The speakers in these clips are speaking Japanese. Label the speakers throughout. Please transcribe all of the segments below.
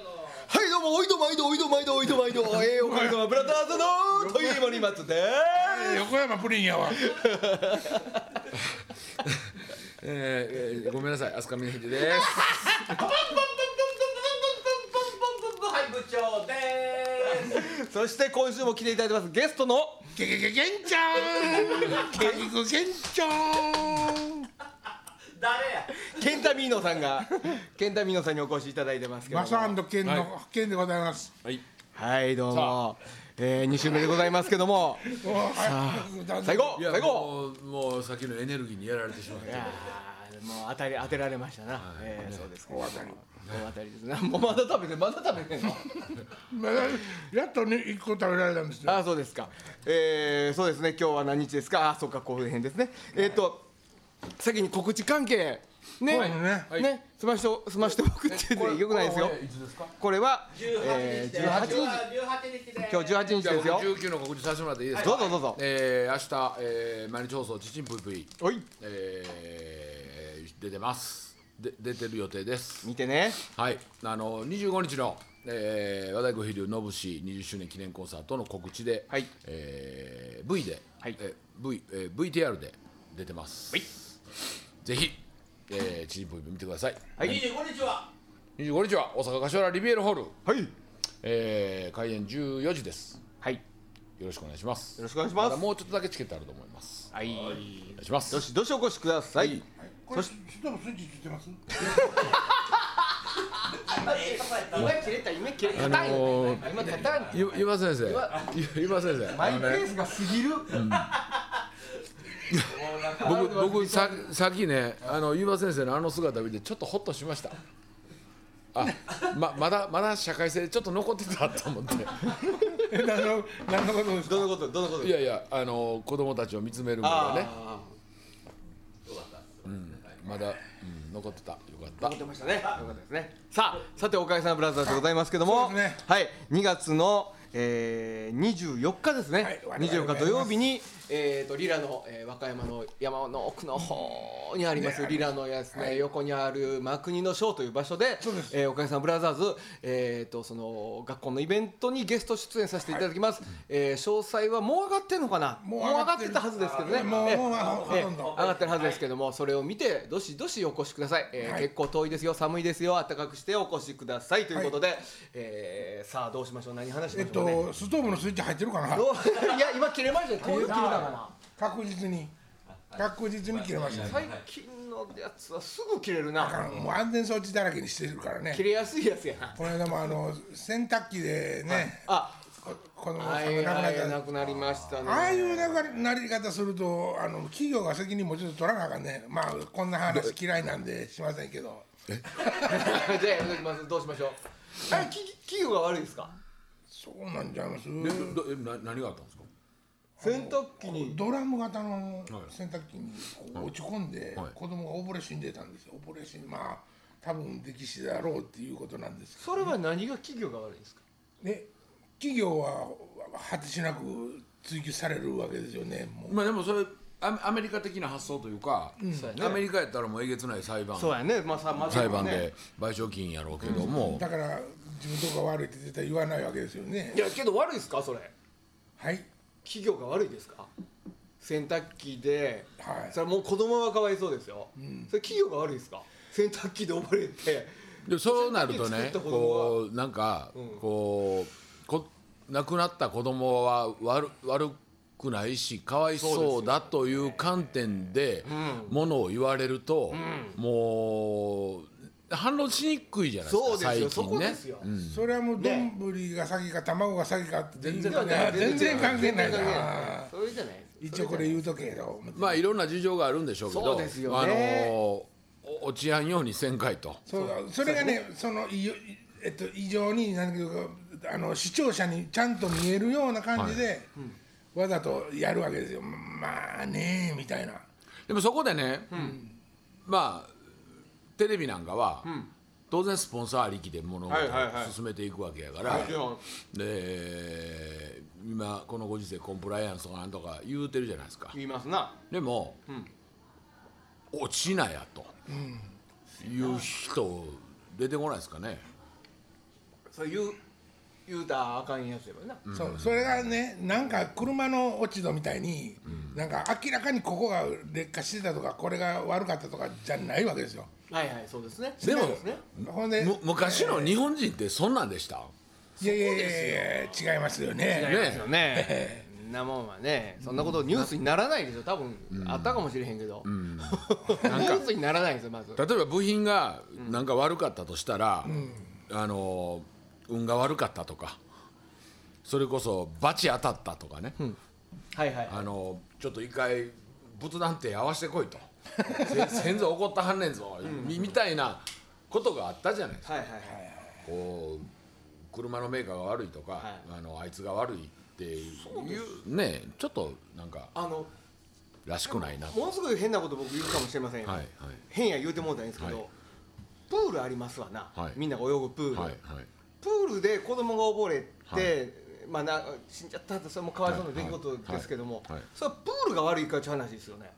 Speaker 1: 様、おいどまいど、おいどまいど、おいどまいど、ええおかげさま、ブラザーズの、という間に待つで
Speaker 2: 横山プリンやわ
Speaker 3: えーえーごめんなさい、飛鳥美秀です。
Speaker 4: はい部長です
Speaker 1: す。 そして、今週も来ていただいてます、ゲストの、
Speaker 2: ゲゲゲゲンちゃんゲゲゲゲンちゃん
Speaker 4: 誰や
Speaker 1: ケンタミーノさんが、 ケンタミーノさんにお越しいただいてますけども。
Speaker 2: マサケンのケンでございます
Speaker 3: はい。
Speaker 1: はい、どうも。えー、2週目でございますけども、
Speaker 2: おはい
Speaker 1: 最後
Speaker 3: いや
Speaker 1: 最後
Speaker 3: もうもうさっきのエネルギーにやられてしまって。
Speaker 1: あーもう当たり当てられましたな、えーそうですけど大当たり大当たりですなもうまだ食べてまだ食べてんの
Speaker 2: まだやっとね一個食べられたんですよ
Speaker 1: あーそうですかえー、そうですね今日は何日ですかあーそうか後編ですねえっ、と先に告知関係ね、
Speaker 2: はいね
Speaker 3: はい
Speaker 1: ねすましとすましておくって言ってよく ないですよ
Speaker 3: これいつですか？
Speaker 1: これは
Speaker 4: 18日です日です
Speaker 1: 18日今日18
Speaker 3: じ
Speaker 1: 日
Speaker 3: ゃあ
Speaker 1: ですよ
Speaker 3: 僕19の告知させてもらっていいですか？
Speaker 1: どうぞどうぞ
Speaker 3: えー、明日、えー、毎日放送ちちんぷいぷい、
Speaker 1: おい
Speaker 3: えー、出てます。で出てる予定です。
Speaker 1: 見てね
Speaker 3: はい。あの25日の、えー、和太鼓飛龍のぶし20周年記念コンサートの告知で、
Speaker 1: はい
Speaker 3: えー、V で、
Speaker 1: はい
Speaker 3: えー V えー、VTR で出てます。はい。ぜひ、えー、ちちんぷいぷい見てください。
Speaker 1: はい
Speaker 4: 25日は
Speaker 3: 25日は大阪柏リビエールホール、
Speaker 1: はい
Speaker 3: えー、開演14時です。
Speaker 1: はいよ
Speaker 3: よろしくお願いします。
Speaker 1: ろしくお願いし
Speaker 3: ま
Speaker 1: ま
Speaker 3: だ
Speaker 1: す
Speaker 3: もうちょっとだけチケットあると思います。
Speaker 1: はい
Speaker 3: お願いします。
Speaker 1: どしどしお越しください
Speaker 2: これ人もスイッチついてます
Speaker 4: えーパパやった
Speaker 1: 今切れた夢切れ
Speaker 3: あのー
Speaker 1: 今硬いの
Speaker 3: ゆゆば先生、ゆゆば先生、
Speaker 1: マ
Speaker 3: あ
Speaker 1: イ
Speaker 3: の
Speaker 1: ペ
Speaker 3: ね
Speaker 1: ースが過ぎる
Speaker 3: 僕僕ささっきねあのゆば先生のあの姿見てちょっとホッとしました。あ、ままだまだ社会性ちょっと残ってたと 思って。
Speaker 2: え何の何のことですか
Speaker 1: どのことどのこと
Speaker 3: いやいやあの子供たちを見つめる目がね、
Speaker 1: あ
Speaker 3: まだ、うん、残ってたよかっ
Speaker 1: ー出ましたねよかったですねさあさておかげさんブラザーズでございますけども、
Speaker 2: そうですね
Speaker 1: はい2月のえー、24日ですね、
Speaker 2: はい我々も
Speaker 1: 24日土曜日に、えー、とリラの、えー和歌山の山の奥の方にあります、リラのやつ、ね横にある真国のショーという場所で
Speaker 2: そうです
Speaker 1: えーおかげさんブラザーズ、えー、とその学校のイベントにゲスト出演させていただきます、えー詳細はもう上がってんのかな
Speaker 2: もう
Speaker 1: もう上がってたはずですけどね
Speaker 2: もう
Speaker 1: えー
Speaker 2: もうほとんど
Speaker 1: 上がってるはずですけども、それを見てどしどしお越しください、えー
Speaker 2: はい
Speaker 1: 結構遠いですよ寒いですよ暖かくしてお越しくださいということで、えーさあどうしましょう何話し
Speaker 2: え
Speaker 1: ま
Speaker 2: っ
Speaker 1: しょうね、
Speaker 2: とストーブのスイッチ入ってるかな
Speaker 1: どう いや今切れましたよ切れ切れたか
Speaker 2: 確実に確実に切れました
Speaker 1: な
Speaker 2: ね
Speaker 1: 最近のやつはすぐ切れる
Speaker 2: だか
Speaker 1: な
Speaker 2: らもう安全装置だらけにしてるからね
Speaker 1: 切れやすいやつやな
Speaker 2: この間もあの洗濯機でね
Speaker 1: あ
Speaker 2: この
Speaker 1: は
Speaker 2: 亡
Speaker 1: い
Speaker 2: くな
Speaker 1: は
Speaker 2: った
Speaker 1: いなくなりましたね
Speaker 2: ああいうながなり方するとあの企業が責任もちょっと取らなあかんねまあこんな話嫌いなんでしませんけど
Speaker 1: じゃあまずどうしましょうあれき企業が悪いですか
Speaker 2: そうなんちゃいます
Speaker 3: た。えどどえな何があったんですか？
Speaker 1: 洗濯機に
Speaker 2: ドラム型の洗濯機にこう落ち込んで
Speaker 3: はい
Speaker 2: 子供が溺れ死んでたんですよ溺れ死んまあ多分溺死だろうっていうことなんです
Speaker 1: それは何が企業が悪いんですか
Speaker 2: ね企業は果てしなく追及されるわけですよねもう
Speaker 3: まあでもそれアアメリカ的な発想というか、
Speaker 1: そうやね
Speaker 3: アメリカやったらもうえげつない裁判
Speaker 1: そうやねまあさまずは
Speaker 3: 裁
Speaker 1: ね
Speaker 3: 判で賠償金やろうけども、
Speaker 2: だから自分どこが悪いって絶対言わないわけですよね
Speaker 1: いやけど悪いですかそれ
Speaker 2: はい
Speaker 1: 企業が悪いですか洗濯機で、
Speaker 2: はい
Speaker 1: それもう子供はかわいそうですよ、それ企業が悪いですか洗濯機で溺れて
Speaker 3: でそうなると
Speaker 1: 作
Speaker 3: ね
Speaker 1: った子供は
Speaker 3: こうなんか、こうこ亡くなった子供は悪悪くないしかわいそうだという観点でものを言われると、もう反論しにくいじゃないですか
Speaker 1: そうですよ、そ
Speaker 3: 最
Speaker 1: こ
Speaker 3: 近
Speaker 1: で
Speaker 3: ね
Speaker 1: すよ、
Speaker 2: それはもう丼が先か卵が先かって全然
Speaker 1: ではない
Speaker 2: 全然関係ない
Speaker 1: 全然関係
Speaker 2: な
Speaker 1: それじゃない
Speaker 2: 一応これ言うとけよ
Speaker 3: まあいろんな事情があるんでしょうけど
Speaker 1: そうですよね
Speaker 3: あのお落ちやんようにせんかいと。
Speaker 2: そうそれがねそのいよえっと異常に何ていうかあの視聴者にちゃんと見えるような感じで、わざとやるわけですよまあねみたいな
Speaker 3: でもそこでね、まあテレビなんかは、当然スポンサーありきで物事を
Speaker 1: はいはいはい
Speaker 3: 進めていくわけやから、
Speaker 1: ろ
Speaker 3: で今このご時世コンプライアンスとかなんとか言うてるじゃないですか
Speaker 1: 言いますな
Speaker 3: でも、落ちなやと、いう人出てこないですかね
Speaker 1: そういう言うたらあかんやつやもんな、
Speaker 2: そうそれがねなんか車の落ち度みたいに、なんか明らかにここが劣化してたとかこれが悪かったとかじゃないわけですよ
Speaker 1: はいはいそうですね
Speaker 3: でも
Speaker 1: そうすね
Speaker 2: ほんで
Speaker 3: む昔の日本人ってそんなんでした、
Speaker 2: いやいやいやいや違いますよ
Speaker 1: 違
Speaker 2: ね
Speaker 1: いますよねそんなもんはねそんなことニュースにならないでしょ多分あったかもしれへんけど、 ニュースになら ないんですよまず
Speaker 3: 例えば部品がなんか悪かったとしたら、あの運が悪かったとかそれこそバチ当たったとかね、
Speaker 1: はいはい
Speaker 3: あのちょっと一回仏壇って合わせてこいと せ先祖怒ったはんねんぞ、みみたいなことがあったじゃないですか
Speaker 1: はいはいはい
Speaker 3: こう車のメーカーが悪いとか、
Speaker 1: は
Speaker 3: あのあいつが悪いっていうねちょっとなんか
Speaker 1: あの
Speaker 3: らしくないなと
Speaker 1: ものすごい変なこと僕言うかもしれませんよ、
Speaker 3: はいはい
Speaker 1: 変や言うてもうたんですけど、
Speaker 3: はい
Speaker 1: プールありますわな、
Speaker 3: はい
Speaker 1: みんなが泳ぐプール、
Speaker 3: はいはい
Speaker 1: プールで子供が溺れて、
Speaker 3: はい
Speaker 1: まあ、な死んじゃったってそれもかわいそうな出来事ですけども、
Speaker 3: はいはいはい
Speaker 1: それはプールが悪いからって話ですよね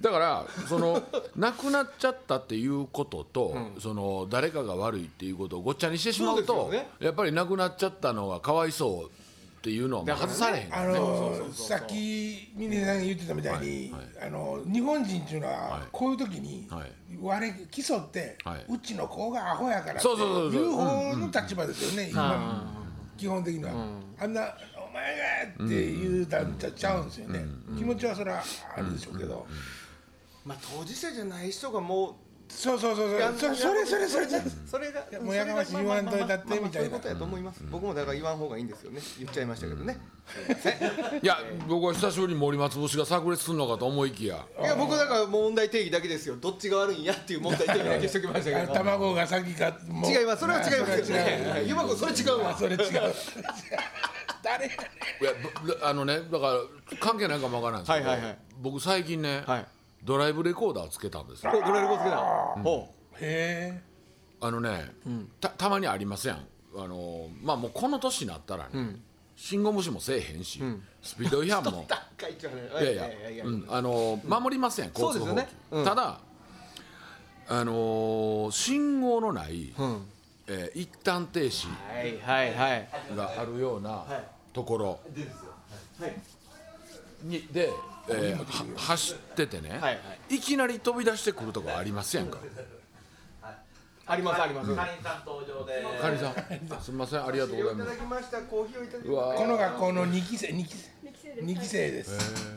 Speaker 3: だからその亡くなっちゃったっていうことと、その誰かが悪いっていうことをごっちゃにしてしまう
Speaker 1: そ
Speaker 3: と
Speaker 1: うですよね
Speaker 3: やっぱり亡くなっちゃったのがかわいそうっていうのはもう
Speaker 1: だから
Speaker 3: 外
Speaker 1: ね
Speaker 3: されへんか
Speaker 2: あ
Speaker 3: らね
Speaker 2: のさっき峰さんが言ってたみたいに、あの日本人っていうのはこういう時に、
Speaker 3: はい
Speaker 2: 割れ基礎って、
Speaker 3: はいう
Speaker 2: ちの子がアホやからって
Speaker 3: そうそうそうそう
Speaker 2: いう方の立場ですよね、今基本的には、あんな「お前が!」って言うたんちゃちゃうんですよね、気持ちはそれはあるでしょうけど、
Speaker 1: まあ当事者じゃない人がも
Speaker 2: そうそうそう
Speaker 1: うやん
Speaker 2: そうそれそれそれそれ
Speaker 1: それが
Speaker 2: もうやかましい言わんといたっ
Speaker 1: まあま
Speaker 2: て
Speaker 1: あまあまあ
Speaker 2: みた
Speaker 1: そう
Speaker 2: いな
Speaker 1: いうことやと思います、僕もだから言わん方がいいんですよね言っちゃいましたけどね、
Speaker 3: いや僕は久しぶりに森松節が炸裂するのかと思いきや
Speaker 1: いや僕だから問題定義だけですよどっちが悪いんやっていう問題定義だけしときました けど
Speaker 2: 卵が先かもう
Speaker 1: 違いますそれは違いますけど
Speaker 2: それは違う
Speaker 1: ねはいゆまこそれ違うわ
Speaker 2: それ違う 誰やねん
Speaker 3: いやぶあのねだから関係ないかもわからないんですけど、
Speaker 1: はいはいはい
Speaker 3: 僕最近ね、
Speaker 1: はい
Speaker 3: ドライブレコーダーつけたんですよ
Speaker 1: おドライブコースケだお
Speaker 2: へ
Speaker 3: あのね、たたまにありませんあのまあもうこの年になったらね、信号無視もせえへんし、スピード違反も
Speaker 1: 高 いっちゅう話
Speaker 3: いやいや、うんあの守りません、交通法
Speaker 1: そうですよねうん
Speaker 3: ただあのー信号のない、
Speaker 1: ん
Speaker 3: えー一旦停止
Speaker 1: はいはいはい
Speaker 3: があるようなところ
Speaker 1: はい
Speaker 3: にで、えーは走っててね、
Speaker 1: はい
Speaker 3: いきなり飛び出してくるとこありますやんか。
Speaker 1: ありますあります
Speaker 4: かりんさん登場です
Speaker 3: かりんさん、すみません、ありがとうございます。
Speaker 1: きましたコーヒーをいただき
Speaker 3: うわ
Speaker 2: えこの学校の二期生二期生
Speaker 5: 二期生
Speaker 2: 二
Speaker 5: で
Speaker 2: 期
Speaker 5: す。
Speaker 2: 生です、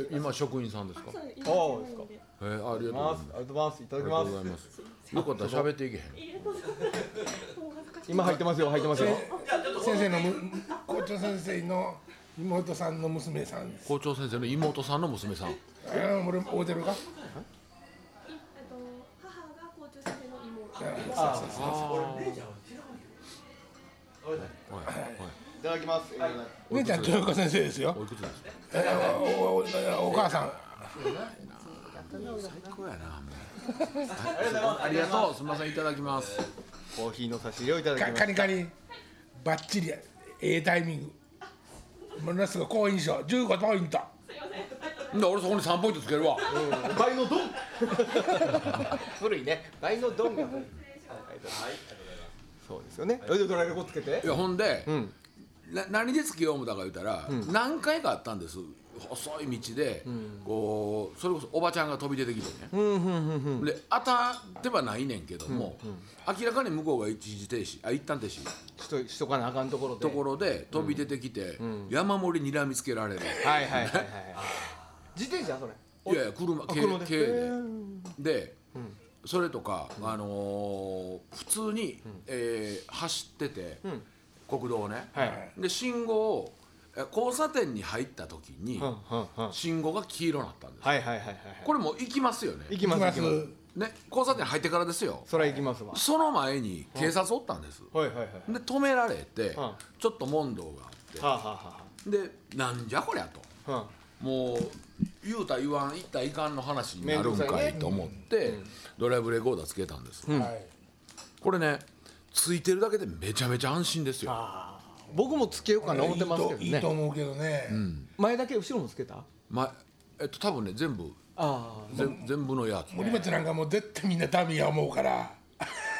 Speaker 3: え今職員さんですか
Speaker 5: は。い。
Speaker 1: そう
Speaker 5: そ
Speaker 1: ですか
Speaker 3: え
Speaker 5: う
Speaker 3: ー、ありがとうございます。
Speaker 1: ありがとうございますいた
Speaker 3: あ
Speaker 1: だ
Speaker 3: り
Speaker 1: き
Speaker 3: がと
Speaker 1: ま
Speaker 3: うござい
Speaker 1: す
Speaker 3: ます。よかったら喋っていけへん。
Speaker 5: いいです。お恥ずかし い。
Speaker 1: 今入ってますよ入ってますよ
Speaker 2: 先生のむ校長先生の妹さんの娘さんです。
Speaker 3: 校長先生の妹さんの娘さん。
Speaker 2: あー俺も会うてるか。
Speaker 5: えっと母が校長先生の妹。
Speaker 3: はい、はい
Speaker 1: ただきます
Speaker 2: 姉ちゃん豊子先生ですよ。
Speaker 3: おいくつですか。
Speaker 2: えーおおおお母さん。
Speaker 3: 最高やな。ありがとう。すみません、いただきます。
Speaker 1: コーヒーの差し入れをいただ
Speaker 2: か
Speaker 1: きま
Speaker 2: カ
Speaker 1: す
Speaker 2: リカリバッチリええタイミング。ものすごい好印象15ポイント。
Speaker 3: で、俺そこに三ポイントつけるわ。
Speaker 1: 倍のドン古いね倍のドンが古いそうですよねそれでドライブコースつけて
Speaker 3: いや、ほんで、
Speaker 1: ん
Speaker 3: な、何でつけよう思ったか言うたら、何回かあったんです。細い道で、こうそれこそおばちゃんが飛び出てきてね、で当たってはないねんけども、明らかに向こうが一時停止あ一旦停止
Speaker 1: しとしとかなあかんところで
Speaker 3: ところで飛び出てきて、山盛りにらみつけられる、
Speaker 1: はいはいはいはいはい自転車それ
Speaker 3: いやいや車軽
Speaker 1: 車で
Speaker 3: 軽でで、それとか、あのー普通に、えー走ってて、国道をね、
Speaker 1: はい
Speaker 3: で信号をえ交差点に入った時に、
Speaker 1: うんうんうん
Speaker 3: 信号が黄色になったんです、
Speaker 1: はいはいはいはい
Speaker 3: これもう行きますよね
Speaker 1: 行きます行きます
Speaker 3: ね交差点入ってからですよ
Speaker 1: それは行きますわ
Speaker 3: その前に警察おったんです、
Speaker 1: はいはいはい
Speaker 3: で止められて、
Speaker 1: ん
Speaker 3: ちょっと問答があって、
Speaker 1: はあは
Speaker 3: でなんじゃこりゃと
Speaker 1: あはあはあ
Speaker 3: もう言うた言わん言ったいかんの話になるん
Speaker 1: 面倒く
Speaker 3: か
Speaker 1: さい
Speaker 3: い
Speaker 1: ね
Speaker 3: と思って、ドライブレコーダーつけたんです、
Speaker 2: はい。
Speaker 3: これねついてるだけでめちゃめちゃ安心ですよ
Speaker 1: あー僕もつけようかな思ってますけど
Speaker 2: いいといいと
Speaker 1: ね
Speaker 2: 思うけどね。
Speaker 1: 前だけ後ろもつけたあ
Speaker 3: まえっと多分ね全部
Speaker 1: あ
Speaker 3: 全全部のやつ、
Speaker 2: 森松なんかもう絶対みんなダミーや思うから。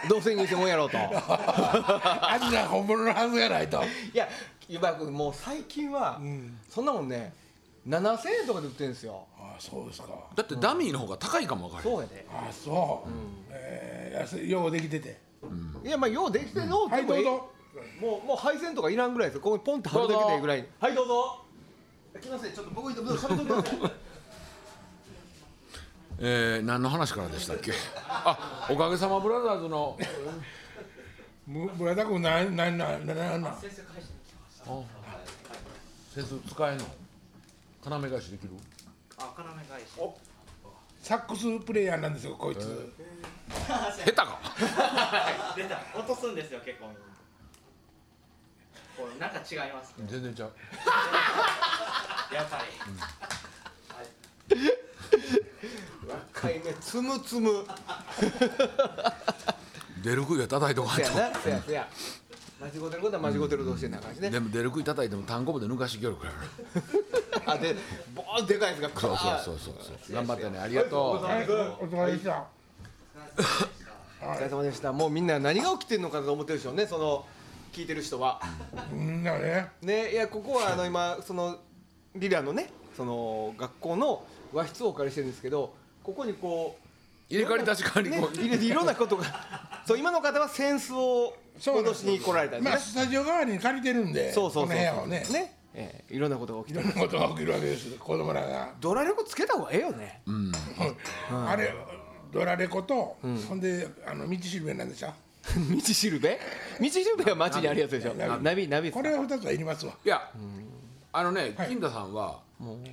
Speaker 1: どうせ偽物やろ うとい
Speaker 2: あんな本物のはずがないと
Speaker 1: や湯葉君もう最近は、そんなもんね7000円とかで売ってるんですよ
Speaker 2: あそうですか
Speaker 3: だってダミーの方が高いかも分からへ
Speaker 1: そ
Speaker 3: ん
Speaker 1: うやで
Speaker 2: あそう、えー安いようできてて
Speaker 1: いやまあようできてのう
Speaker 2: はいどうぞ
Speaker 1: もうもう配線とかいらんぐらいですよここにポンって貼るだけでいいぐらいはいどうぞすいませんちょっと僕に喋ってください
Speaker 3: えー、何の話からでしたっけあおかげさまブラザーズの
Speaker 2: む村田君なななななな
Speaker 3: センス使えんの要返しできる
Speaker 4: あ、要返し。お、
Speaker 2: サックスプレイヤーなんですよこいつ、
Speaker 3: 下手か
Speaker 4: 出た。落とすんですよ、結構。これなんか違いますね。
Speaker 3: 全然ちゃう
Speaker 4: やっぱり。
Speaker 1: 若いねつむつむ
Speaker 3: 出る杭は叩いとかん
Speaker 1: せ
Speaker 3: と
Speaker 1: やなせやせや間違うてることは間違うてるとしてな感じね
Speaker 3: でも出る杭叩いても単行部で抜かしてきよるから
Speaker 1: あでボーンでかいですが
Speaker 3: そう
Speaker 1: カー
Speaker 3: そうそうそうそう頑張ってねありがと
Speaker 2: はい、お疲れでした、
Speaker 1: お疲れ様でしたもうみんな何が起きてるのかと思ってるでしょうねその聞いてる人は
Speaker 2: みんなね
Speaker 1: ねいやここはあの今そのリラのねその学校の和室をお借りしてるんですけどここにこう
Speaker 3: う入れ替わり立ち替わり
Speaker 1: ね
Speaker 3: こう、
Speaker 1: 入れていろんなことがそう今の方はセンスを
Speaker 2: そうなん
Speaker 1: 戻
Speaker 2: で
Speaker 1: し
Speaker 2: す
Speaker 1: に来られたんで
Speaker 2: まあ
Speaker 1: すね
Speaker 2: スタジオ側に借りてるんで
Speaker 1: そうそうそう
Speaker 2: この部屋をね
Speaker 1: ね、ええいろんなことが起
Speaker 2: い
Speaker 1: きて
Speaker 2: ろんなことが起きるわけです子供らが、
Speaker 1: ドラ力つけた方がええよね
Speaker 2: あれドラレコと、ほんであの道しるべなんでしょ
Speaker 1: 道しるべ道しるべは街にあるやつでしょ
Speaker 2: ナビ
Speaker 1: ナビナビ
Speaker 2: これは2つはいりますわ
Speaker 3: いや、あのね、
Speaker 2: はい
Speaker 3: 金田さんは、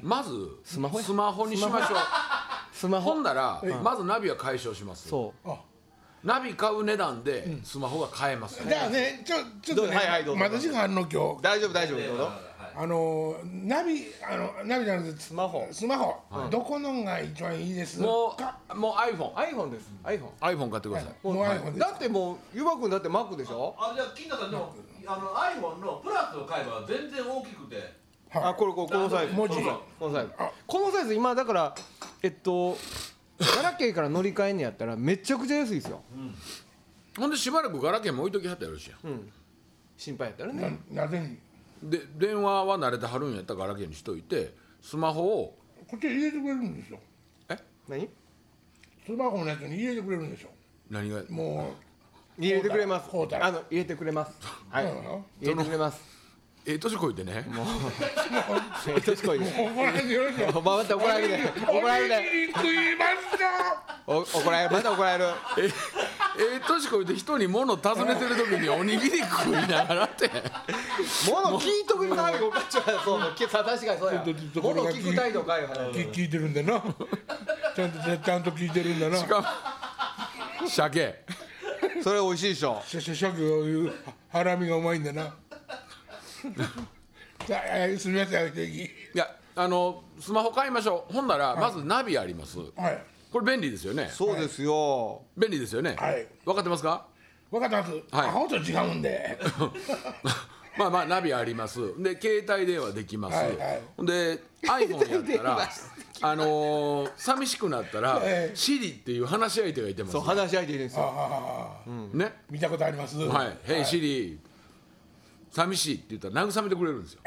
Speaker 3: まずス
Speaker 1: マホや
Speaker 3: にしましょ
Speaker 1: スマ
Speaker 3: う。ほん
Speaker 1: ホ
Speaker 3: なら、まずナビは解消します。
Speaker 1: そ
Speaker 2: あ
Speaker 3: ナビ買う値段で、スマホが買えます。
Speaker 2: じゃあねちょちょっ
Speaker 1: ど
Speaker 2: と
Speaker 1: う
Speaker 2: ね、
Speaker 1: はいはいどうぞ
Speaker 2: まだ時間あるの今
Speaker 1: う
Speaker 2: 日
Speaker 1: 大丈夫大丈夫どうぞ
Speaker 2: あのナビあのナビじゃなくてス
Speaker 1: スマホ
Speaker 2: スマホ、どこのが一番いいです
Speaker 3: も
Speaker 2: か
Speaker 3: う、もう iPhone、
Speaker 1: iPhone です iPhone
Speaker 3: iPhone 買ってください。
Speaker 2: もう iPhone です
Speaker 1: だってもうゆばくんだって Mac でしょ
Speaker 6: あじゃあ金田さんでもあの iPhone のプラスを買えば全然大きくて
Speaker 2: はい
Speaker 1: あこれこれこのサイズ
Speaker 2: 文字
Speaker 1: そうそうこのサイズこのサイズ今だからえっとガラケーから乗り換えんのやったらめちゃくちゃ安いですよ
Speaker 3: ほんで、しばらくガラケーも置いときはったらよろしいやん。
Speaker 1: 心配やったらね
Speaker 2: ななぜに
Speaker 3: で、電話は慣れてはるんやったらガラケーにしといて、スマホを、
Speaker 2: こっち入れてくれるんですよ
Speaker 1: 何
Speaker 2: スマホのやつに入れてくれるんでしょ
Speaker 3: 何が、
Speaker 2: も
Speaker 1: 入れてくれます
Speaker 2: こうだ
Speaker 1: あの入れてくれ ますは
Speaker 2: う、
Speaker 1: い
Speaker 2: なの
Speaker 1: 入れてくれます
Speaker 3: ええ年こいてね、
Speaker 1: え年こいです
Speaker 2: 怒られてよろしいよ
Speaker 1: また怒られる
Speaker 2: お
Speaker 1: 怒られる
Speaker 2: に食いますか
Speaker 1: お怒られるまた怒られる
Speaker 3: え え年こいて人に物尋ねてる時におにぎり食いながらって。
Speaker 1: 物聞いとく態度かっちゃうそうそうきさ確かにそうや
Speaker 2: ちょっとちょっとこれ
Speaker 1: 物
Speaker 2: が
Speaker 1: 聞く態度かよ話
Speaker 2: き聞いてるんだなちゃんとちゃんと聞いてるんだなし
Speaker 3: 鮭。
Speaker 1: それ美味しいでしょ
Speaker 2: ゃしゃしゃくいうハラミがうまいんだなじゃあえーすみません敵
Speaker 3: いやあのスマホ買いましょうほんなら、まずナビあります
Speaker 2: はい
Speaker 3: これ便利ですよね
Speaker 1: そうですよ
Speaker 3: 便利ですよね、
Speaker 2: はい
Speaker 3: 分かってますか
Speaker 2: 分かったます、アホと違うんで
Speaker 3: まあまあナビありますで携帯電話できます、
Speaker 2: はいはい
Speaker 3: で iPhone やったらあのー寂しくなったら、
Speaker 2: ええ
Speaker 3: Siri っていう話し相手がいてます
Speaker 1: そう話し合いでいいんですよ
Speaker 2: ああ
Speaker 3: ね
Speaker 2: 見たことあります
Speaker 3: はい「Hey Siri 寂しい」って言ったら慰めてくれるんですよ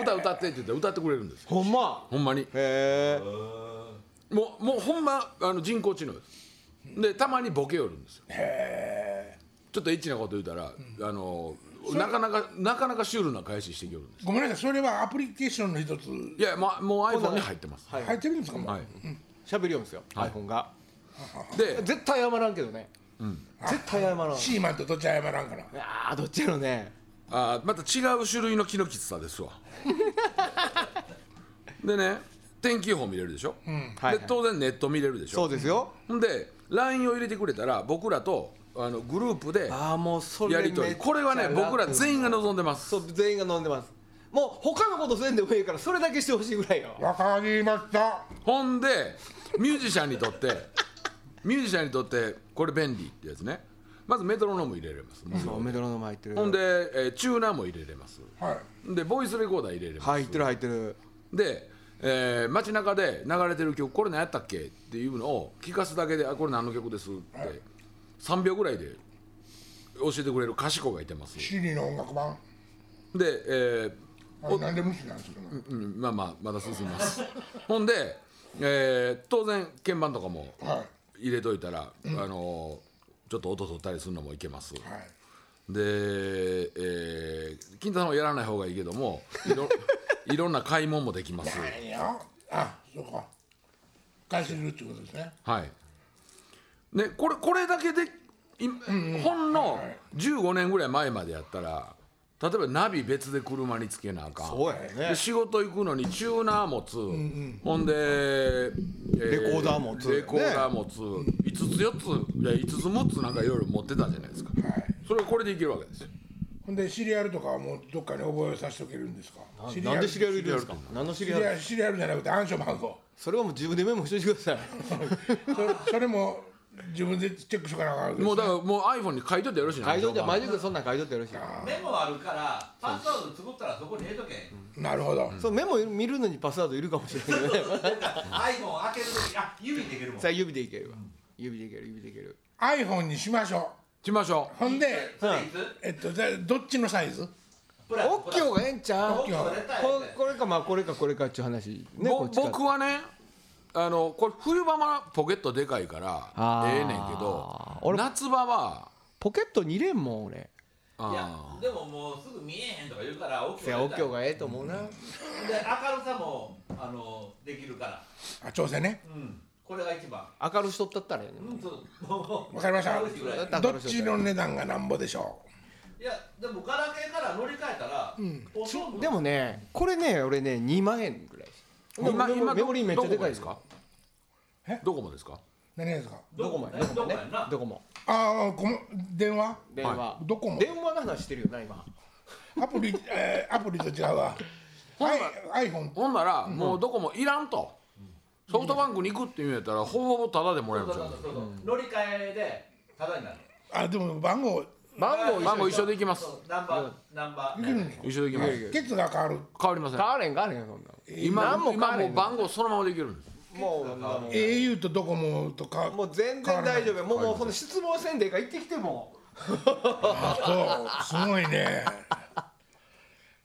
Speaker 3: 歌歌ってって言ったら歌ってくれるんですよ
Speaker 1: ほんま
Speaker 3: ほんまに
Speaker 1: へえ
Speaker 3: もうもうほんまあの人工知能ですでたまにボケよるんですよちょっとエッチなこと言うたら、あのなかなかなかなかシュールな返ししてきよるんです
Speaker 2: ごめんなさいそれはアプリケーションの一つ
Speaker 3: いや、ま、もう iPhone に入ってます、
Speaker 1: はい
Speaker 2: 入ってるんですかもう、
Speaker 3: はい、
Speaker 1: 喋るようにですよ
Speaker 3: はい
Speaker 1: iPhone が
Speaker 3: で
Speaker 1: 絶対謝らんけどね絶対謝らん
Speaker 2: シーマンとどっち謝らんから
Speaker 1: あーどっちやろうね
Speaker 3: あーまた違う種類の気のきつさで すわでね天気予報見れるでしょ、
Speaker 1: はいはい
Speaker 3: で当然ネット見れるでし
Speaker 1: そ
Speaker 3: ょ
Speaker 1: うですよ
Speaker 3: ほんで LINE を入れてくれたら僕らとあのグループで
Speaker 1: ああもうそれ
Speaker 3: やり取
Speaker 1: め
Speaker 3: り
Speaker 1: っちゃ
Speaker 3: これはね
Speaker 1: 楽
Speaker 3: 僕ら全員が望んでます
Speaker 1: そう全員が飲んでますもう他のことせんでもいいからそれだけしてほしいぐらいよ
Speaker 2: わかりました
Speaker 3: ほんでミュージシャンにとって ミュージシャンにとってこれ便利ってやつねまずメトロノーム入れれます、
Speaker 1: そうメドロの前入ってる
Speaker 3: ほんで、えーチューナーも入れれます
Speaker 2: はい
Speaker 3: でボイスレコーダー入れれます、
Speaker 1: 入ってる入ってる
Speaker 3: で、えー街中で流れてる曲これ何やったっけっていうのを聞かすだけで「あこれ何の曲です」って3秒ぐらいで教えてくれる賢子がいてます
Speaker 2: シリの音楽版
Speaker 3: で、えー
Speaker 2: あれなんで無視なんですか、
Speaker 3: うん、まあまあまだ進みますほんで、えー当然鍵盤とかも
Speaker 2: はい
Speaker 3: 入れといたら、あのーちょっと音取ったりするのもいけます、
Speaker 2: はい
Speaker 3: で、えー金太さんはやらない方がいいけど もいろいろんな買い物もできます
Speaker 2: 何よあそうか返せるってことですね
Speaker 3: はいねこれこれだけでいほんの15年ぐらい前までやったら例えばナビ別で車につけなあかん
Speaker 1: そうやね
Speaker 3: で仕事行くのにチューナー持つ、ほんで、えー
Speaker 1: レコーダー持つ
Speaker 3: レコーダー持つ、5つ4ついや5つ6つなんかいろいろ持ってたじゃないですか
Speaker 2: はい
Speaker 3: それをこれでいけるわけですよ
Speaker 2: ほんでシリアルとかはもうどっかに覚えさせておけるんですか
Speaker 1: なんで知り合いいるんですか何の知
Speaker 2: シ
Speaker 1: り
Speaker 2: リ
Speaker 1: 合い
Speaker 2: アルシリアルじゃなくて暗証番号
Speaker 1: それはもう自分でメモしといてください
Speaker 2: そ それも自分でチェックしとかなあかんわけですね
Speaker 3: もうだからもう iPhone に書いといてよろしいな
Speaker 1: 書いといて
Speaker 3: 情報
Speaker 1: マジックそんなん書いといてよろしい
Speaker 6: メモあるからパスワード作ったらそこに入れとけ、
Speaker 2: なるほど、
Speaker 1: そうメモ見るのにパスワードいるかもしれないね
Speaker 6: iPhone 開ける時あ指でいけるもん
Speaker 1: さあ指でいけるわ指でいける指でいける
Speaker 2: iPhone にしましょ
Speaker 3: 行きましょ
Speaker 2: うほんで
Speaker 6: それいつ
Speaker 2: えっとじゃあどっちのサイズ
Speaker 6: プラス
Speaker 1: オッケーがええんちゃう
Speaker 6: オッケーは絶対
Speaker 1: ここれかまあこれかこれかっちゅう話
Speaker 3: う、
Speaker 1: ね
Speaker 3: ぼ
Speaker 1: こっちか
Speaker 3: 僕はねあのこれ冬場はポケットでかいから
Speaker 1: あー
Speaker 3: ええねんけど
Speaker 1: 俺
Speaker 3: 夏場は
Speaker 1: ポケットに入れんもん俺
Speaker 6: いや
Speaker 3: あー
Speaker 6: でももうすぐ見えへんとか言うからオッ
Speaker 1: せ
Speaker 6: ケー
Speaker 1: やオッケー
Speaker 6: が
Speaker 1: がええと思うな
Speaker 6: で明るさもあのできるから
Speaker 2: あ調整ね
Speaker 6: うんこれが一番
Speaker 1: 明るしとったったらやね
Speaker 6: うんそう もう
Speaker 2: わかりました
Speaker 6: 明る いぐらい
Speaker 1: だったら
Speaker 2: どっちの値段がなんぼでしょ
Speaker 6: いやでもガラケーから乗り換えたら、ほとんど
Speaker 1: でもねこれね俺ね2万円ぐらいでも
Speaker 3: 今
Speaker 1: メモ
Speaker 3: 今
Speaker 1: メモリーめっちゃでかい
Speaker 3: どこがです
Speaker 2: え
Speaker 3: かどこもですか
Speaker 2: う何がですか
Speaker 1: どこもや
Speaker 6: ど
Speaker 1: どこ
Speaker 6: こも
Speaker 1: も
Speaker 6: や
Speaker 1: ね
Speaker 6: な
Speaker 1: どこも
Speaker 2: ああこの電話
Speaker 1: 電話、
Speaker 3: は
Speaker 2: どこも
Speaker 1: 電話の話してるよな今
Speaker 2: アプリ、えーアプリと違うわはい iPhone
Speaker 3: ほんなら、もうどこもいらんと、ソフトバンクに行くって言うんやったらほぼほぼタダでもらえる
Speaker 6: そう
Speaker 3: じゃ
Speaker 6: そう
Speaker 3: ないです
Speaker 6: そ
Speaker 3: か
Speaker 6: うそう乗り換えでただになる
Speaker 2: あでも番号
Speaker 1: 番号一緒
Speaker 3: 番号一緒で行きます
Speaker 6: そうナンバーナンバー、
Speaker 3: 一緒で行きます
Speaker 2: ケツが変わる
Speaker 3: 変わりません
Speaker 1: 変われん変われんそんなん
Speaker 3: 今
Speaker 1: 何も
Speaker 3: も
Speaker 1: 変われ
Speaker 3: 今も
Speaker 1: へん
Speaker 3: う番号そのままできるんです
Speaker 1: もうも
Speaker 2: au とドコモとか
Speaker 1: うもう全然大丈夫もうもうその失望せんでええから行ってきても
Speaker 2: あそうすごい ね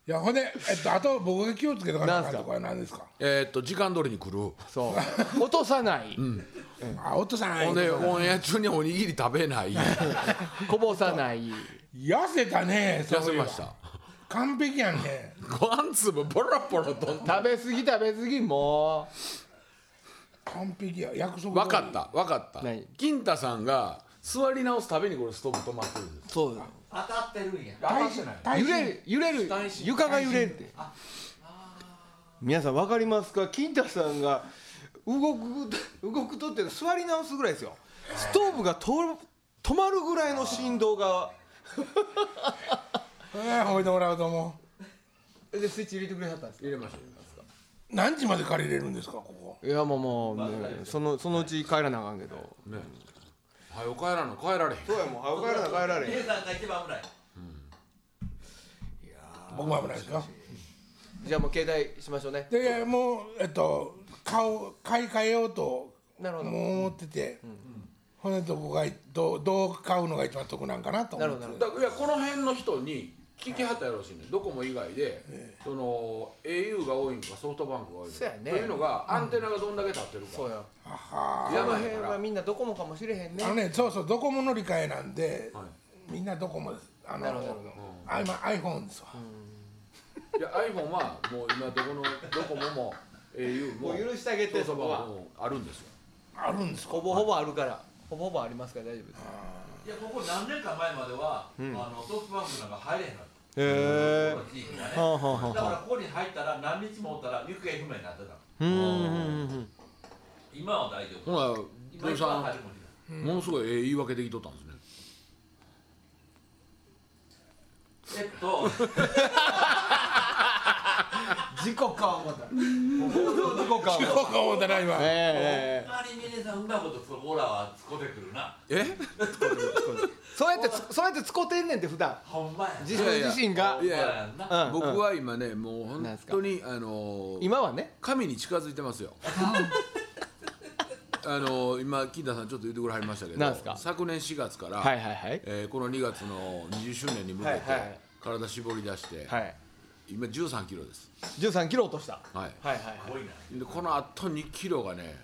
Speaker 2: いやほんで、えっと、あと僕が気をつけとかなあかんとこは何ですか
Speaker 3: えーっと時間通りに来る
Speaker 1: そう落とさない、
Speaker 2: あおっとさん
Speaker 3: ほんでオンエア中におにぎり食べ ない痩
Speaker 1: こぼさない
Speaker 2: 痩せたねそういえば
Speaker 3: せました
Speaker 2: 完璧やんね
Speaker 3: ご飯粒ボロボロと
Speaker 1: 食べ過ぎ食べ過ぎも
Speaker 2: 完璧や約束
Speaker 3: 分かった分かった
Speaker 1: 何
Speaker 3: 金太さんが座り直すたびにこれストップ止まってるんで
Speaker 1: うそう
Speaker 6: 当たってるんや
Speaker 2: た大
Speaker 1: 揺
Speaker 2: 変
Speaker 1: れる揺れる床が揺れるって皆さん分かりますか金太さんが動く動くとって座り直すぐらいですよストーブがと止まるぐらいの振動が
Speaker 2: えー褒めてもらうと思
Speaker 1: でスイッチ入れてくれはったんです
Speaker 3: す入れました入れました
Speaker 2: う何時まで借りれるんですかここ
Speaker 1: いやもうもう、ね、そのそのうち帰らなあかんけど
Speaker 3: ねはよ帰らんの帰られへん
Speaker 1: そうやもう早く帰らな帰られ
Speaker 6: 姉さんが一番危ない
Speaker 2: 僕も危ないですよ
Speaker 1: じゃあもう携帯しましょうね
Speaker 2: でもうえっと顔買い替えようと
Speaker 1: なるほど
Speaker 2: もう思ってて、骨とこがどうどう買うのが一番得なんかなと思って
Speaker 1: なるほ
Speaker 3: だいやこの辺の人に聞きはったやろうしいねどこも以外で、その au が多いんかソフトバンクが多いんか
Speaker 1: そうやね
Speaker 3: というのがアンテナがどんだけ立ってるか、
Speaker 1: そうや
Speaker 2: あは
Speaker 1: こ
Speaker 3: や
Speaker 1: の
Speaker 3: ばい
Speaker 1: 辺
Speaker 3: か
Speaker 1: は
Speaker 3: ら
Speaker 1: みんなどこもかもしれへんね
Speaker 2: あのねそうそうドコモ乗り換えなんで、
Speaker 3: は
Speaker 2: みんなドコモですあの
Speaker 1: なるほど
Speaker 2: あ今 iPhone ですわ、
Speaker 3: いや iPhone はもう今どこのどこもも au も
Speaker 1: もう許してあげ
Speaker 3: ソ
Speaker 1: て
Speaker 3: フ
Speaker 1: そ
Speaker 3: ト
Speaker 1: こ
Speaker 3: バン
Speaker 1: は
Speaker 3: クもあるんですよ
Speaker 2: あるんですか
Speaker 1: ほぼほぼあるからほぼほぼありますから大丈夫です
Speaker 6: いやここ何年か前までは、あのソフトバンクなんか入れへんかった
Speaker 1: へえ
Speaker 6: この地域がね
Speaker 1: はあはあは
Speaker 6: だから
Speaker 1: あ
Speaker 6: ここに入ったら何日もおったら行方不明になってた
Speaker 1: うんうんうん
Speaker 6: 今は大丈
Speaker 3: ほ
Speaker 6: 夫
Speaker 3: ら
Speaker 6: 今
Speaker 3: ブー
Speaker 6: 一番
Speaker 3: さ
Speaker 6: 入
Speaker 3: ん
Speaker 6: るもんね
Speaker 3: ものすごいええ言い訳できとったんですね
Speaker 6: えっと
Speaker 1: 事故か思った事故か思
Speaker 2: どうか思ったな今、
Speaker 1: ええ
Speaker 6: あに峰さんうまいことそこらはつこてくるな
Speaker 3: え
Speaker 1: そうやってつそうやって使ってんねんって普段
Speaker 6: ほんまや
Speaker 1: 自分自身が
Speaker 6: ほんまやんな
Speaker 1: うん
Speaker 3: 僕
Speaker 1: うん
Speaker 3: は今ねもう
Speaker 1: なん
Speaker 3: 本
Speaker 1: すか
Speaker 3: 当にあのー
Speaker 1: 今はね
Speaker 3: 神に近づいてますよあの今金田さんちょっと言ってくれはりましたけど
Speaker 1: なんすか
Speaker 3: 昨年4月から、
Speaker 1: はいはいはい
Speaker 3: えーこの2月の20周年に向けて、
Speaker 1: はいはい
Speaker 3: 体絞り出して、
Speaker 1: はい
Speaker 3: 今1 3キロです、
Speaker 1: 13キロ落とした
Speaker 3: はい
Speaker 1: はいはいはい
Speaker 3: でこのあと2キロがね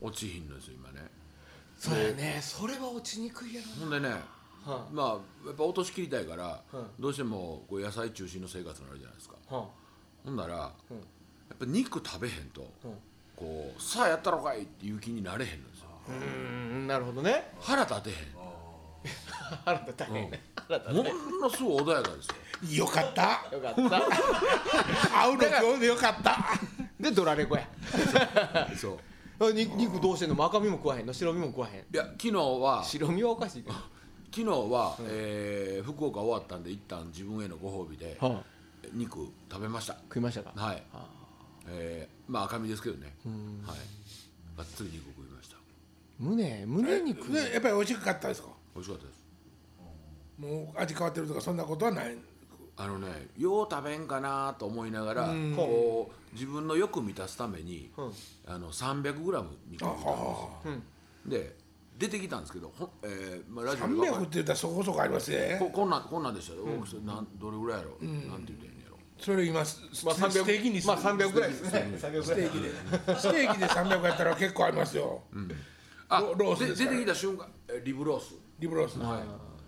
Speaker 3: 落ちひんのですよ今ね
Speaker 1: そうやねそれは落ちにくいや
Speaker 3: ほんでね、
Speaker 1: ろは
Speaker 3: まあやっぱ落としきりたいから、
Speaker 1: うん
Speaker 3: どうしてもこう野菜中心の生活になるじゃないですか
Speaker 1: あは
Speaker 3: ほんなら、や
Speaker 1: うん
Speaker 3: っぱ肉食べへんと、
Speaker 1: うん
Speaker 3: こうさあやったろかいっていう気になれへんのですよ
Speaker 1: あうーんなるほどね
Speaker 3: 腹立てへん
Speaker 1: 腹立たへんね腹立
Speaker 3: ものすごい穏やかですよ
Speaker 2: よかった
Speaker 1: たよ かった
Speaker 2: 会うの今日でよかった
Speaker 1: でドラレコや
Speaker 3: そう
Speaker 1: あに肉どうしてんの赤身も食わへんの白身も食わへん
Speaker 3: いや昨日は昨
Speaker 1: 白身はおかしいけど
Speaker 3: 日は、えー福岡終わったんで一旦自分へのご褒美で、
Speaker 1: はあ
Speaker 3: 肉食べました
Speaker 1: 食いましたか
Speaker 3: はいえーまあ赤身ですけどねはいがっつり肉食いました
Speaker 1: 胸胸肉
Speaker 2: ねやっぱり美味しかったですか
Speaker 3: 美味しかったです
Speaker 2: もう味変わってるとかそんなことはない
Speaker 3: あのねよう食べんかなと思いながらこう自分の欲満たすために、
Speaker 1: うん
Speaker 3: あの 300g 肉
Speaker 2: あ
Speaker 3: を食
Speaker 2: は
Speaker 1: うん
Speaker 3: べたで出てきたんですけどほん、えーまあ、ラジオで
Speaker 2: 300って言ったらそこそこありますね
Speaker 3: ここんなんこんなんでしたよ、なんどれぐらいやろ、なんて言うてんやろ
Speaker 2: それ今ス
Speaker 1: まあ
Speaker 2: スステーキ
Speaker 1: 300
Speaker 2: にす
Speaker 1: ま
Speaker 2: る
Speaker 1: あ300ぐらいですね300ぐらい
Speaker 2: ステーキで300やったら結構ありますよ
Speaker 3: あ
Speaker 2: ロロース
Speaker 3: で
Speaker 2: です
Speaker 3: 出
Speaker 2: か
Speaker 3: て
Speaker 2: ら
Speaker 3: きた瞬間えリブロース
Speaker 2: リブロースの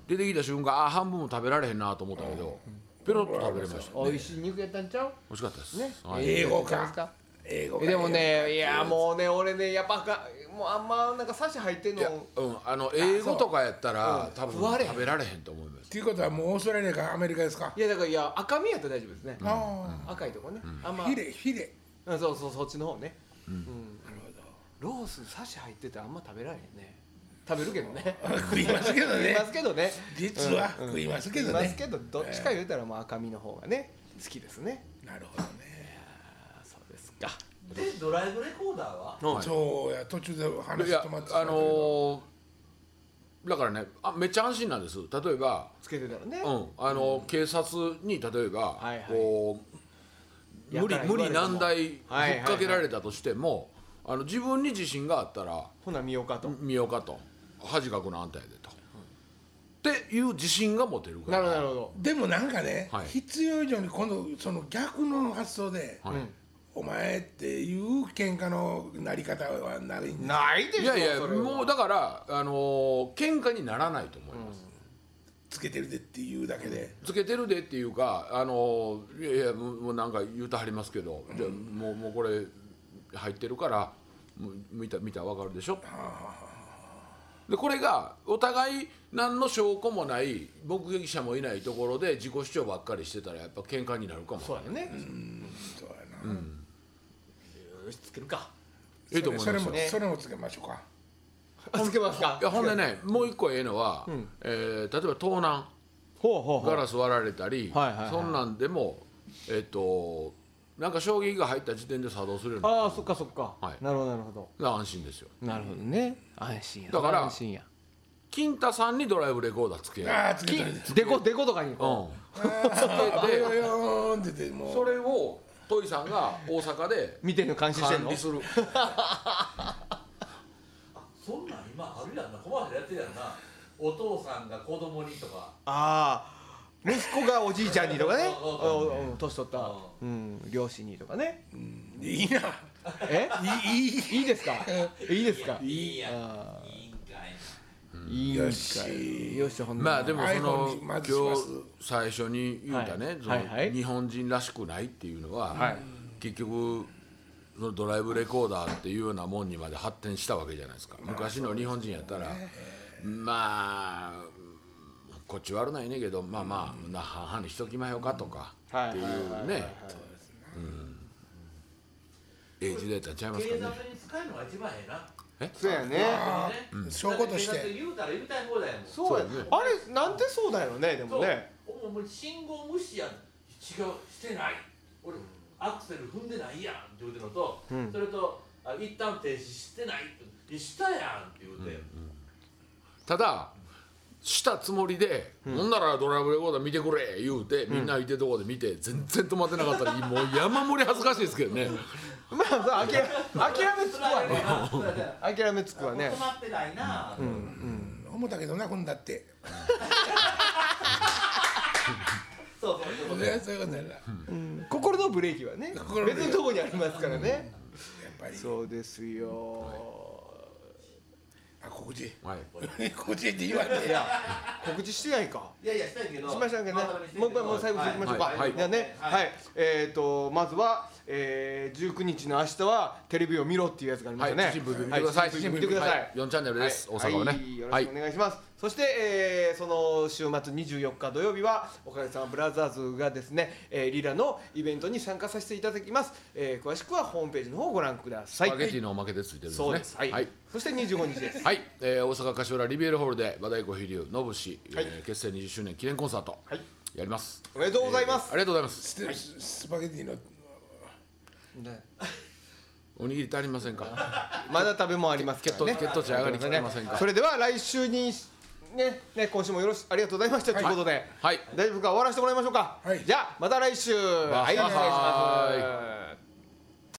Speaker 3: 出てきた瞬間あ半分も食べられへんなと思ったけどペロッと食べれました
Speaker 1: 美味しい肉やったんちゃう
Speaker 3: 美味しかったです、
Speaker 1: ね
Speaker 3: はい
Speaker 2: 英語
Speaker 1: そうです
Speaker 2: か
Speaker 1: か
Speaker 2: 英語か
Speaker 1: えでもねいやもうね俺ねやっぱかもうあんまなんかサシ入ってん
Speaker 3: いや
Speaker 1: の
Speaker 3: うん、あの英語とかやったら多
Speaker 1: 食わ
Speaker 3: 分
Speaker 1: れへん
Speaker 3: 食べられへんと思います
Speaker 2: っていうことはもうオーストラリアかアメリカですか
Speaker 1: いやだからいや赤身やったら大丈夫ですね
Speaker 2: あ
Speaker 1: 赤いとこねあん
Speaker 2: あ
Speaker 1: ま
Speaker 2: ヒレヒレ
Speaker 1: うんそうそうそっちの方ねうんロースサシ入っててあんま食べられへんね食べるけどね
Speaker 2: 食いますけど
Speaker 1: 食い
Speaker 2: ね
Speaker 1: ますけどね
Speaker 2: 実は食いますけど
Speaker 1: います
Speaker 2: ね
Speaker 1: けどどっちか言うたらまあ赤身の方がね好きですね
Speaker 2: なるほどね
Speaker 1: あそうですか
Speaker 6: でドライブレコーダーは
Speaker 3: はい
Speaker 2: そうや途中で話
Speaker 3: いや
Speaker 2: 止まってしま
Speaker 3: あ
Speaker 2: ったけど
Speaker 3: のーだからねあめっちゃ安心なんです例えば、
Speaker 1: つけてたらね
Speaker 3: うんあの警察に例えば、
Speaker 1: はいはい
Speaker 3: こう無
Speaker 1: や
Speaker 3: 理
Speaker 1: から言
Speaker 3: 無
Speaker 1: われ
Speaker 3: 理
Speaker 1: ても
Speaker 3: 難題引っ
Speaker 1: はいはいはい
Speaker 3: 掛けられたとしても、あの自分に自信があったら
Speaker 1: ほな見ようかと
Speaker 3: 見ようかと恥かくのあんたやでと、っていう自信が持てるか
Speaker 1: な
Speaker 3: ら
Speaker 1: るほどなるほど
Speaker 2: でもなんかね
Speaker 3: はい
Speaker 2: 必要以上に今度その逆の発想で
Speaker 3: はい
Speaker 2: お前っていう喧嘩のなり方はないんで
Speaker 1: ないでしょ
Speaker 3: いやいや
Speaker 1: それは
Speaker 3: もうだからあのー喧嘩にならないと思います、
Speaker 2: つけてるでっていうだけで
Speaker 3: つけてるでっていうかあのーいやいやもうもうなんか言うてはりますけど、じゃあもうもうこれ入ってるからもう見た見たらわかるでしょでこれがお互い何の証拠もない目撃者もいないところで自己主張ばっかりしてたらやっぱ喧嘩になるかも
Speaker 1: そうやね
Speaker 2: そうやな
Speaker 1: よしつけるか
Speaker 3: ええと思い
Speaker 2: そ
Speaker 3: ますよ
Speaker 2: れも
Speaker 1: ね
Speaker 2: それもつけましょうか
Speaker 1: つけますか
Speaker 3: いやほんでねもう一個ええのは、えー例えば盗難
Speaker 1: ほうほうほ
Speaker 3: ガ
Speaker 1: う
Speaker 3: ラス割られたり、
Speaker 1: はいはいはい
Speaker 3: そんなんでもえっ、となんか衝撃が入った時点で作動するようにな
Speaker 1: ああそっかそっか
Speaker 3: はい
Speaker 1: なるほどなるほど
Speaker 3: る安心ですよ
Speaker 1: なるほどね安心や
Speaker 3: だから
Speaker 1: 安心や
Speaker 3: 金太さんにドライブレコーダーつけよう
Speaker 2: ああつけてる
Speaker 1: デコデコとかにこ
Speaker 3: う
Speaker 2: あ ーよよーんって言っても
Speaker 3: ん、
Speaker 2: う
Speaker 3: それをトイさんが大阪で
Speaker 1: う見てんの監視してん
Speaker 3: 管
Speaker 1: の
Speaker 3: 理する
Speaker 6: そんなん今あるやんなコマーシャルやってるやんなお父さんが子供にとか
Speaker 1: ああ息子がおじいちゃんにとかね
Speaker 6: そうそう
Speaker 1: おお年取った
Speaker 6: う
Speaker 1: うん両親にとかね
Speaker 2: いいな
Speaker 1: え
Speaker 2: いいい
Speaker 1: いいですかいいですか
Speaker 6: いいやん
Speaker 1: あ
Speaker 6: いいんかい
Speaker 1: いいんかい
Speaker 2: よし
Speaker 1: よしほんなら
Speaker 3: まあでもその
Speaker 2: iPhone にま
Speaker 3: 今
Speaker 2: ずしま
Speaker 3: 日
Speaker 2: す
Speaker 3: 最初に言うたね、
Speaker 1: はい
Speaker 3: その
Speaker 1: はいはい
Speaker 3: 日本人らしくないっていうのは、
Speaker 1: はい
Speaker 3: 結局そのドライブレコーダーっていうようなもんにまで発展したわけじゃないですか昔の日本人やったら、まあこっち悪ないねんけどまあまあな半々にしときまよかとか
Speaker 1: はい
Speaker 3: っていうねええ時代やったんちゃいます
Speaker 6: 警
Speaker 3: か
Speaker 6: 察
Speaker 3: ね
Speaker 6: に使えるのが一番ええな
Speaker 1: そうやね
Speaker 2: あー証拠とし
Speaker 6: だって
Speaker 2: て
Speaker 6: 言うたら言うたい放題やもん
Speaker 1: そうやねあれなんでそうだよねでもね
Speaker 6: そうもう信号無視やん違うしてない俺アクセル踏んでないやんって言うてのと、それとあ一旦停止してないってしたやんって言うて、
Speaker 3: ただしたつもりで、ほんならドライブレコーダー見て くれ言うてみんな行ってるとこで見て全然止まってなかったら、もう山盛り恥ずかしいですけどね
Speaker 1: まあそう諦め諦めつくわね
Speaker 6: そうやね
Speaker 1: 諦めつくわね
Speaker 4: 止まってないな、
Speaker 2: 思ったけどなこんだって
Speaker 4: そう
Speaker 2: そ
Speaker 4: そう
Speaker 2: う
Speaker 4: そう
Speaker 2: いうことやなやっ
Speaker 1: 心のブレーキはね
Speaker 2: 心のブレー
Speaker 1: 別
Speaker 2: キ
Speaker 1: のとこにありますからね
Speaker 2: ぱり
Speaker 1: そうですよ
Speaker 2: あ告知
Speaker 3: はい
Speaker 2: 告知って言われ
Speaker 1: い
Speaker 2: て
Speaker 1: や告知してないか
Speaker 4: いやいやしたいけど
Speaker 1: しましたけどね
Speaker 4: たた
Speaker 1: もう一回もう最後に
Speaker 4: は
Speaker 1: 行きましょうか
Speaker 3: はいはい
Speaker 1: じゃあねはいえっとまずはえー19日の明日はテレビを見ろっていうやつがありま
Speaker 3: は
Speaker 1: した
Speaker 3: い
Speaker 1: ね
Speaker 3: 新聞見てください
Speaker 1: はい新聞見てください
Speaker 3: 4チャンネルです大阪は
Speaker 1: は
Speaker 3: ね
Speaker 1: い、よろ
Speaker 3: は
Speaker 1: し
Speaker 3: い
Speaker 1: くお願いします、そして、えーその週末24日土曜日はおかげさまブラザーズがですね、えーリラのイベントに参加させていただきます、えー詳しくはホームページの方をご覧くださ
Speaker 3: ス
Speaker 1: い
Speaker 3: パゲティのおまけでついてるんですね
Speaker 1: そうです、はい
Speaker 3: はい
Speaker 1: そして25日です
Speaker 3: はい、えー大阪柏原リビエルホールで和太鼓飛龍のぶし、えー
Speaker 1: はい
Speaker 3: 結成20周年記念コンサート、
Speaker 1: はい
Speaker 3: やります
Speaker 1: おめでとうございます、
Speaker 3: ありがとうございます
Speaker 2: スススパゲティの
Speaker 1: ね
Speaker 3: おにぎり足りませんか
Speaker 1: まだ食べもありますからね
Speaker 3: 血糖血糖値上がりきてませんか
Speaker 1: それでは来週にねね今週もよろしありがとうございましたということで、
Speaker 3: はい
Speaker 1: 大丈夫か終わらせてもらいましょうか、
Speaker 2: はい
Speaker 1: じゃあまた来週はいお願いし
Speaker 3: は
Speaker 1: ます